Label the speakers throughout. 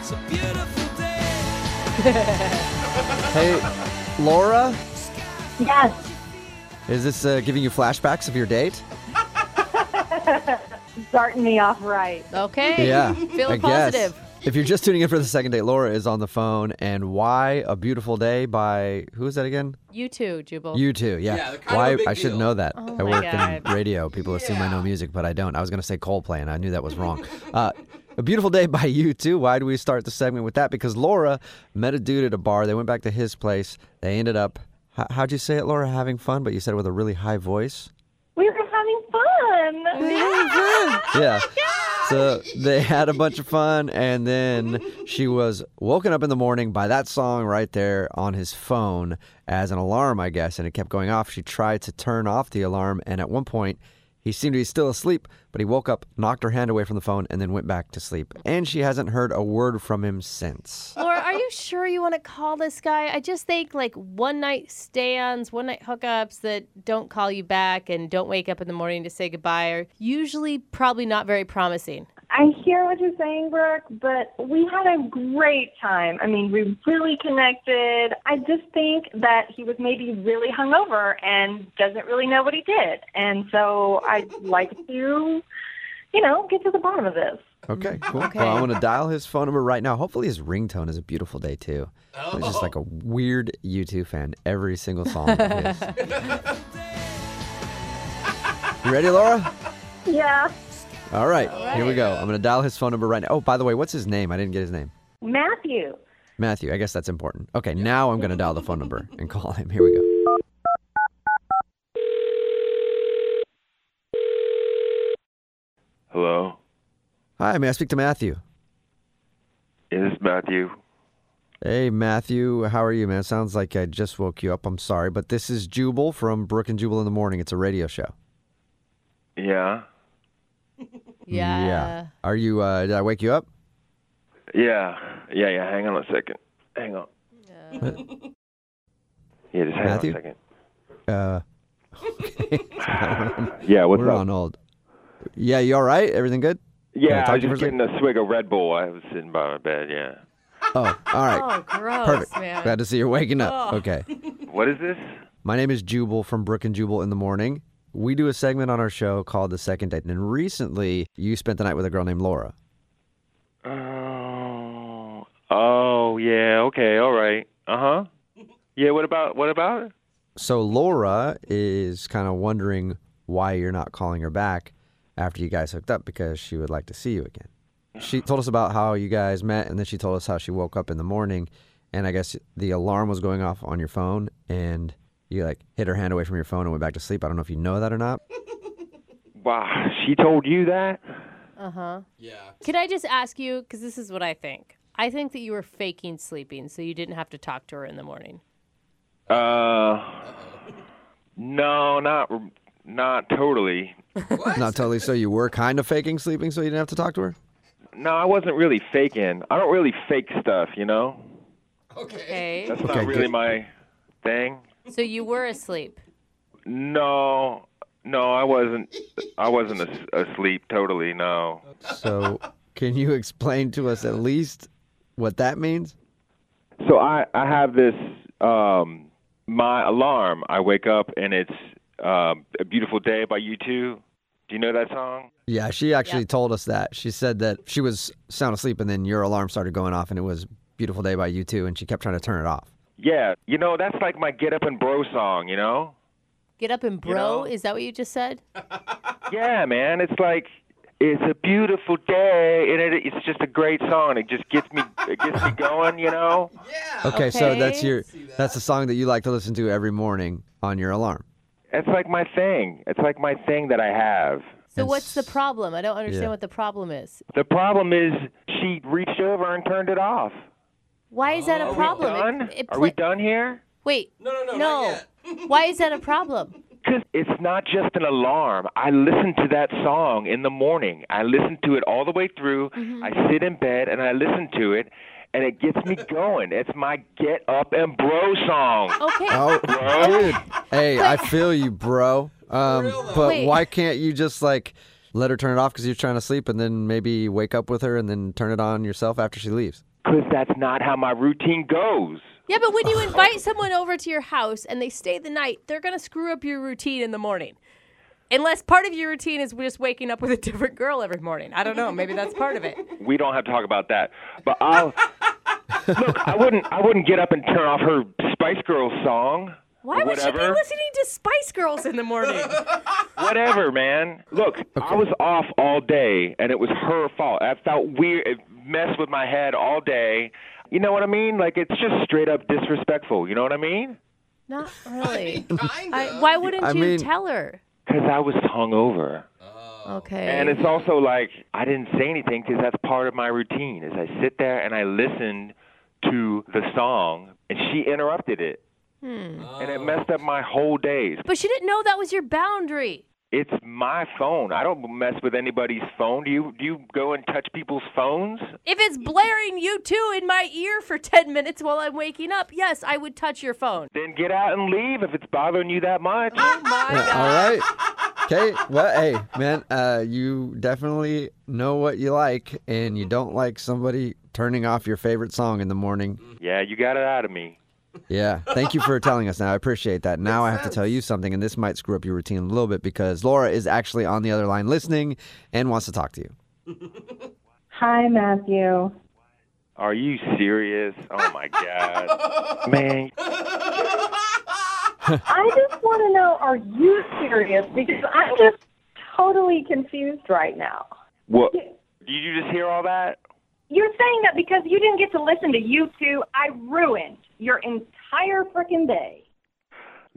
Speaker 1: It's a beautiful day.
Speaker 2: Hey, Laura,
Speaker 3: Yes,
Speaker 2: is this uh, giving you flashbacks of your date?
Speaker 3: starting me off right.
Speaker 4: Okay.
Speaker 2: Yeah,
Speaker 4: Feeling
Speaker 2: I guess.
Speaker 4: positive.
Speaker 2: If you're just tuning in for the second date, Laura is on the phone, and "Why a Beautiful Day" by who is that again?
Speaker 4: You too, Jubal.
Speaker 2: You too, yeah.
Speaker 1: Yeah, they're kind of
Speaker 2: Why
Speaker 1: a big
Speaker 2: I should
Speaker 1: deal.
Speaker 2: know that. I
Speaker 4: Oh my
Speaker 2: work in
Speaker 4: God.
Speaker 2: radio. People assume I know
Speaker 1: Yeah.
Speaker 2: music, but I don't. I was going to say Coldplay, and I knew that was wrong. uh, a beautiful day by you too. Why do we start the segment with that? Because Laura met a dude at a bar. They went back to his place. They ended up. h- How'd you say it, Laura? Having fun, but you said it with a really high voice.
Speaker 3: We were having fun.
Speaker 2: yeah. So they had a bunch of fun, and then she was woken up in the morning by that song right there on his phone as an alarm, I guess, and it kept going off. She tried to turn off the alarm, and at one point, he seemed to be still asleep, but he woke up, knocked her hand away from the phone, and then went back to sleep. And she hasn't heard a word from him since.
Speaker 4: Laura, are you sure you want to call this guy? I just think like one night stands, one night hookups that don't call you back and don't wake up in the morning to say goodbye are usually probably not very promising.
Speaker 3: I hear what you're saying, Brooke, but we had a great time. I mean, we really connected. I just think that he was maybe really hungover and doesn't really know what he did. And so I'd like to, you know, get to the bottom of this.
Speaker 2: Okay, cool. Well, I'm going to dial his phone number right now. Hopefully, his ringtone is a beautiful day, too. It's just like a weird U2 fan, every single song. of his. you ready, Laura?
Speaker 3: Yeah.
Speaker 2: All right, here we go. I'm going to dial his phone number right now. Oh, by the way, what's his name? I didn't get his name.
Speaker 3: Matthew.
Speaker 2: Matthew. I guess that's important. Okay, now I'm going to dial the phone number and call him. Here we go.
Speaker 5: Hello,
Speaker 2: Hi, may I speak to Matthew?
Speaker 5: is this Matthew?
Speaker 2: Hey, Matthew. How are you, man? Sounds like I just woke you up. I'm sorry, but this is Jubal from Brook and Jubal in the Morning. It's a radio show.
Speaker 5: Yeah,
Speaker 4: Yeah.
Speaker 2: Are you, uh, did I wake you up?
Speaker 5: yeah, yeah, yeah. Hang on a second. Hang on. Yeah, just hang
Speaker 2: Matthew?
Speaker 5: on a second.
Speaker 2: Uh,
Speaker 5: Yeah, what's
Speaker 2: we're
Speaker 5: up?
Speaker 2: on hold. Yeah, you all right? Everything good? Can I
Speaker 5: Yeah,
Speaker 2: talk
Speaker 5: I was
Speaker 2: to you
Speaker 5: just
Speaker 2: for a sec?
Speaker 5: getting a swig of Red Bull. I was sitting by my bed. Yeah.
Speaker 2: Oh, all right.
Speaker 4: Oh, gross,
Speaker 2: Perfect.
Speaker 4: man.
Speaker 2: Glad to see you're waking up. Okay.
Speaker 5: What is this?
Speaker 2: My name is Jubal from Brook and Jubal in the Morning. We do a segment on our show called The Second Date. And recently, you spent the night with a girl named Laura.
Speaker 5: Oh, oh, yeah. Okay, all right. Uh huh. Yeah. What about what about it?
Speaker 2: So Laura is kind of wondering why you're not calling her back after you guys hooked up because she would like to see you again. She told us about how you guys met and then she told us how she woke up in the morning and I guess the alarm was going off on your phone and you like hid her hand away from your phone and went back to sleep. I don't know if you know that or not.
Speaker 5: Wow, she told you that?
Speaker 1: Yeah.
Speaker 4: Can I just ask you cuz this is what I think. I think that you were faking sleeping so you didn't have to talk to her in the morning.
Speaker 5: Uh, no, not not totally.
Speaker 2: Not totally so you were kind of faking sleeping so you didn't have to talk to her?
Speaker 5: No, I wasn't really faking. I don't really fake stuff, you know.
Speaker 1: Okay.
Speaker 4: Okay?
Speaker 5: That's
Speaker 2: Okay,
Speaker 5: not really
Speaker 2: good.
Speaker 5: my thing.
Speaker 4: so you were asleep.
Speaker 5: No, no, I wasn't. I wasn't as- asleep totally. No.
Speaker 2: So can you explain to us at least what that means?
Speaker 5: So I I have this um my alarm. I wake up and it's um, a beautiful day by U2. Do you know that song?
Speaker 2: Yeah, she actually told us that. She said that she was sound asleep and then your alarm started going off and it was beautiful day by you too and she kept trying to turn it off.
Speaker 5: Yeah, you know that's like my get up and bro song. You know?
Speaker 4: Get up and bro,
Speaker 5: know?
Speaker 4: is that what you just said?
Speaker 5: Yeah, man. It's like it's a beautiful day, and it, it's just a great song. It just gets me it gets me going. You know?
Speaker 2: Okay, so that's
Speaker 4: Oh, Okay.
Speaker 2: your that's the song that you like to listen to every morning on your alarm.
Speaker 5: It's like my thing. It's like my thing that I have.
Speaker 4: So
Speaker 2: And
Speaker 4: what's the
Speaker 2: s-
Speaker 4: problem? I don't understand
Speaker 2: Yeah.
Speaker 4: what the problem is.
Speaker 5: The problem is she reached over and turned it off.
Speaker 4: Why is that a problem? It-
Speaker 5: Done?
Speaker 4: it
Speaker 5: Are
Speaker 4: pla-
Speaker 5: we done here?
Speaker 4: Wait.
Speaker 1: No, no, no,
Speaker 4: No.
Speaker 1: not
Speaker 4: Why is that a problem?
Speaker 5: Because it's not just an alarm. I listen to that song in the morning. I listen to it all the way through. I sit in bed and I listen to it, and it gets me going. It's my get up and bro song.
Speaker 4: Okay.
Speaker 2: Oh, dude. Hey, I feel you, bro. Um,
Speaker 1: real, though.
Speaker 2: but
Speaker 4: Wait.
Speaker 2: why can't you just like let her turn it off because you're trying to sleep, and then maybe wake up with her and then turn it on yourself after she leaves?
Speaker 5: Because that's not how my routine goes.
Speaker 4: Yeah, but when you invite someone over to your house and they stay the night, they're going to screw up your routine in the morning. Unless part of your routine is just waking up with a different girl every morning. I don't know. Maybe that's part of it.
Speaker 5: We don't have to talk about that. But I'll look. I wouldn't. I wouldn't get up and turn off her Spice Girls song.
Speaker 4: Why would she be
Speaker 5: Whatever.
Speaker 4: listening to Spice Girls in the morning?
Speaker 5: Whatever, man. Look, I was off all day, and it was her fault. I felt weird. It messed with my head all day. You know what I mean? Like it's just straight up disrespectful. You know what I mean?
Speaker 4: Not really.
Speaker 1: Kind
Speaker 4: I,
Speaker 1: of.
Speaker 4: why wouldn't
Speaker 2: I
Speaker 4: you
Speaker 2: mean-
Speaker 4: tell her?
Speaker 5: Because I was hungover,
Speaker 1: Oh.
Speaker 4: Okay.
Speaker 5: and it's also like I didn't say anything because that's part of my routine. Is I sit there and I listen to the song, and she interrupted it, and it messed up my whole days.
Speaker 4: but she didn't know that was your boundary.
Speaker 5: It's my phone. I don't mess with anybody's phone. Do you? Do you go and touch people's phones?
Speaker 4: If it's blaring you two in my ear for 10 minutes while I'm waking up, yes, I would touch your phone.
Speaker 5: Then get out and leave if it's bothering you that much.
Speaker 2: Yeah, all right. Okay. Well, hey, man, uh, you definitely know what you like, and you don't like somebody turning off your favorite song in the morning.
Speaker 5: Yeah, you got it out of me.
Speaker 2: Yeah. Thank you for telling us now. I appreciate that. Now I have to tell you something, and this might screw up your routine a little bit because Laura is actually on the other line listening and wants to talk to you.
Speaker 3: Hi, Matthew.
Speaker 5: Are you serious? Oh my god. Man,
Speaker 3: I just want to know are you serious? Because I'm just totally confused right now.
Speaker 5: what did you just hear all that?
Speaker 3: You're saying that because you didn't get to listen to you two, I ruined your entire frickin' day.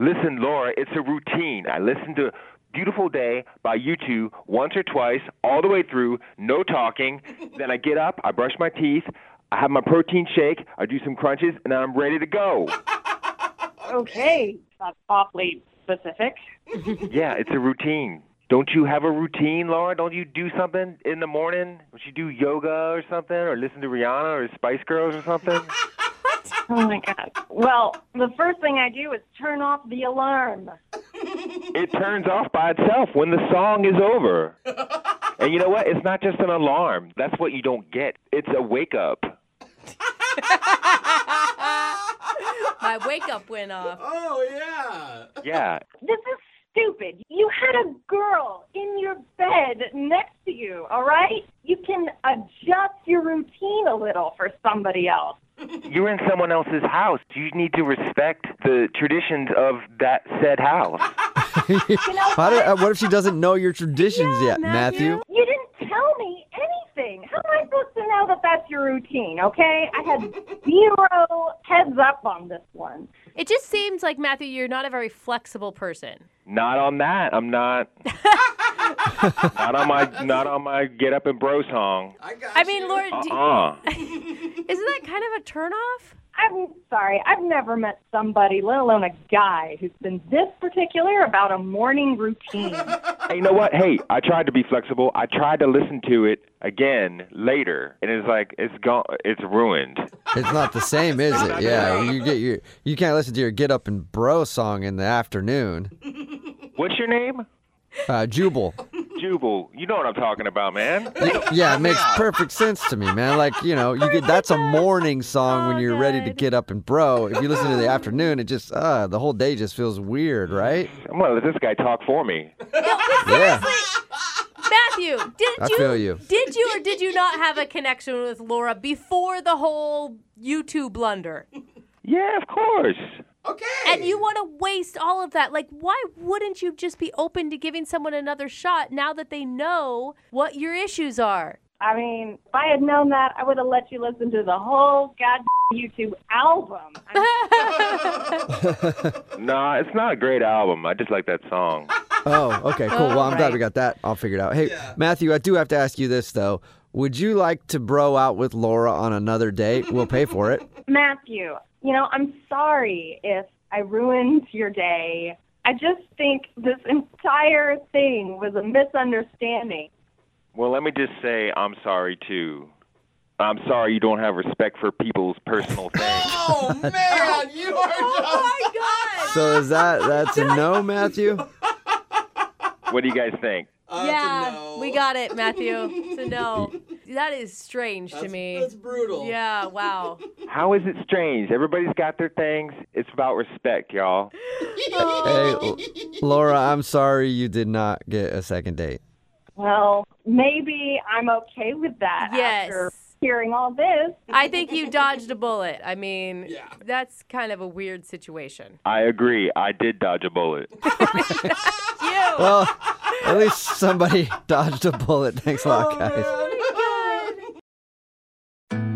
Speaker 5: Listen, Laura, it's a routine. I listen to Beautiful Day by you two once or twice, all the way through, no talking. then I get up, I brush my teeth, I have my protein shake, I do some crunches, and then I'm ready to go.
Speaker 3: Okay, that's awfully specific.
Speaker 5: yeah, it's a routine. Don't you have a routine, Laura? Don't you do something in the morning? Don't you do yoga or something, or listen to Rihanna or Spice Girls or something?
Speaker 3: Oh my god. Well, the first thing I do is turn off the alarm.
Speaker 5: it turns off by itself when the song is over. and you know what? It's not just an alarm. That's what you don't get. It's a wake up.
Speaker 4: My wake up went off.
Speaker 1: oh yeah.
Speaker 5: Yeah.
Speaker 3: This is stupid. You had a girl in your bed next to you, all right? You can adjust your routine a little for somebody else.
Speaker 5: You're in someone else's house. You need to respect the traditions of that said house.
Speaker 2: How do, uh, what if she doesn't know your traditions yet, Matthew?
Speaker 3: You didn't tell me anything. How am I supposed to know that that's your routine, okay? I had zero heads up on this one.
Speaker 4: It just seems like, Matthew, you're not a very flexible person.
Speaker 5: Not on that. I'm not. not on my. Not on my get up and bro song.
Speaker 1: I got
Speaker 4: I mean,
Speaker 1: you.
Speaker 4: Laura, do-
Speaker 5: Uh.
Speaker 4: isn't that kind of a turnoff?
Speaker 3: I'm sorry, I've never met somebody, let alone a guy, who's been this particular about a morning routine.
Speaker 5: Hey, you know what? Hey, I tried to be flexible. I tried to listen to it again later, and it's like it's gone. It's ruined.
Speaker 2: It's not the same, is it? Yeah, you get your you can't listen to your get up and bro song in the afternoon.
Speaker 5: What's your name?
Speaker 2: Uh, Jubal.
Speaker 5: Jubal. You know what I'm talking about, man.
Speaker 2: Yeah, it makes perfect sense to me, man. Like you know, you get that's a morning song when you're ready to get up and bro. If you listen to the afternoon, it just uh the whole day just feels weird, right?
Speaker 5: I'm gonna let this guy talk for me.
Speaker 2: Yeah,
Speaker 4: Matthew, did
Speaker 2: I
Speaker 4: you,
Speaker 2: feel you.
Speaker 4: Did you or did you not have a connection with Laura before the whole YouTube blunder?
Speaker 5: Yeah, of course.
Speaker 1: Okay.
Speaker 4: And you want to waste all of that. Like, why wouldn't you just be open to giving someone another shot now that they know what your issues are?
Speaker 3: I mean, if I had known that, I would have let you listen to the whole goddamn YouTube album. I mean,
Speaker 5: Nah, it's not a great album. I just like that song.
Speaker 2: Oh, okay, cool. Well, I'm glad we got that all figured out. Hey, Matthew, I do have to ask you this though. Would you like to bro out with Laura on another date? We'll pay for it.
Speaker 3: Matthew, you know, I'm sorry if I ruined your day. I just think this entire thing was a misunderstanding.
Speaker 5: Well, let me just say I'm sorry too. I'm sorry you don't have respect for people's personal things.
Speaker 1: Oh man, you
Speaker 4: Oh
Speaker 1: are just.
Speaker 2: So is that that's a no, Matthew?
Speaker 5: what do you guys think?
Speaker 1: Uh, it's
Speaker 4: yeah,
Speaker 1: a no.
Speaker 4: we got it, Matthew. So no, that is strange to
Speaker 1: That's-
Speaker 4: me.
Speaker 1: That's brutal.
Speaker 4: yeah, wow.
Speaker 5: How is it strange? Everybody's got their things. It's about respect, y'all.
Speaker 2: Hey, L- Laura, I'm sorry you did not get a second date.
Speaker 3: Well, maybe I'm okay with that
Speaker 4: Yes.
Speaker 3: after hearing all this.
Speaker 4: I think you dodged a bullet. I mean,
Speaker 1: Yeah.
Speaker 4: that's kind of a weird situation.
Speaker 5: I agree. I did dodge a bullet.
Speaker 4: You.
Speaker 2: Well, at least somebody dodged a bullet. Thanks a lot, guys.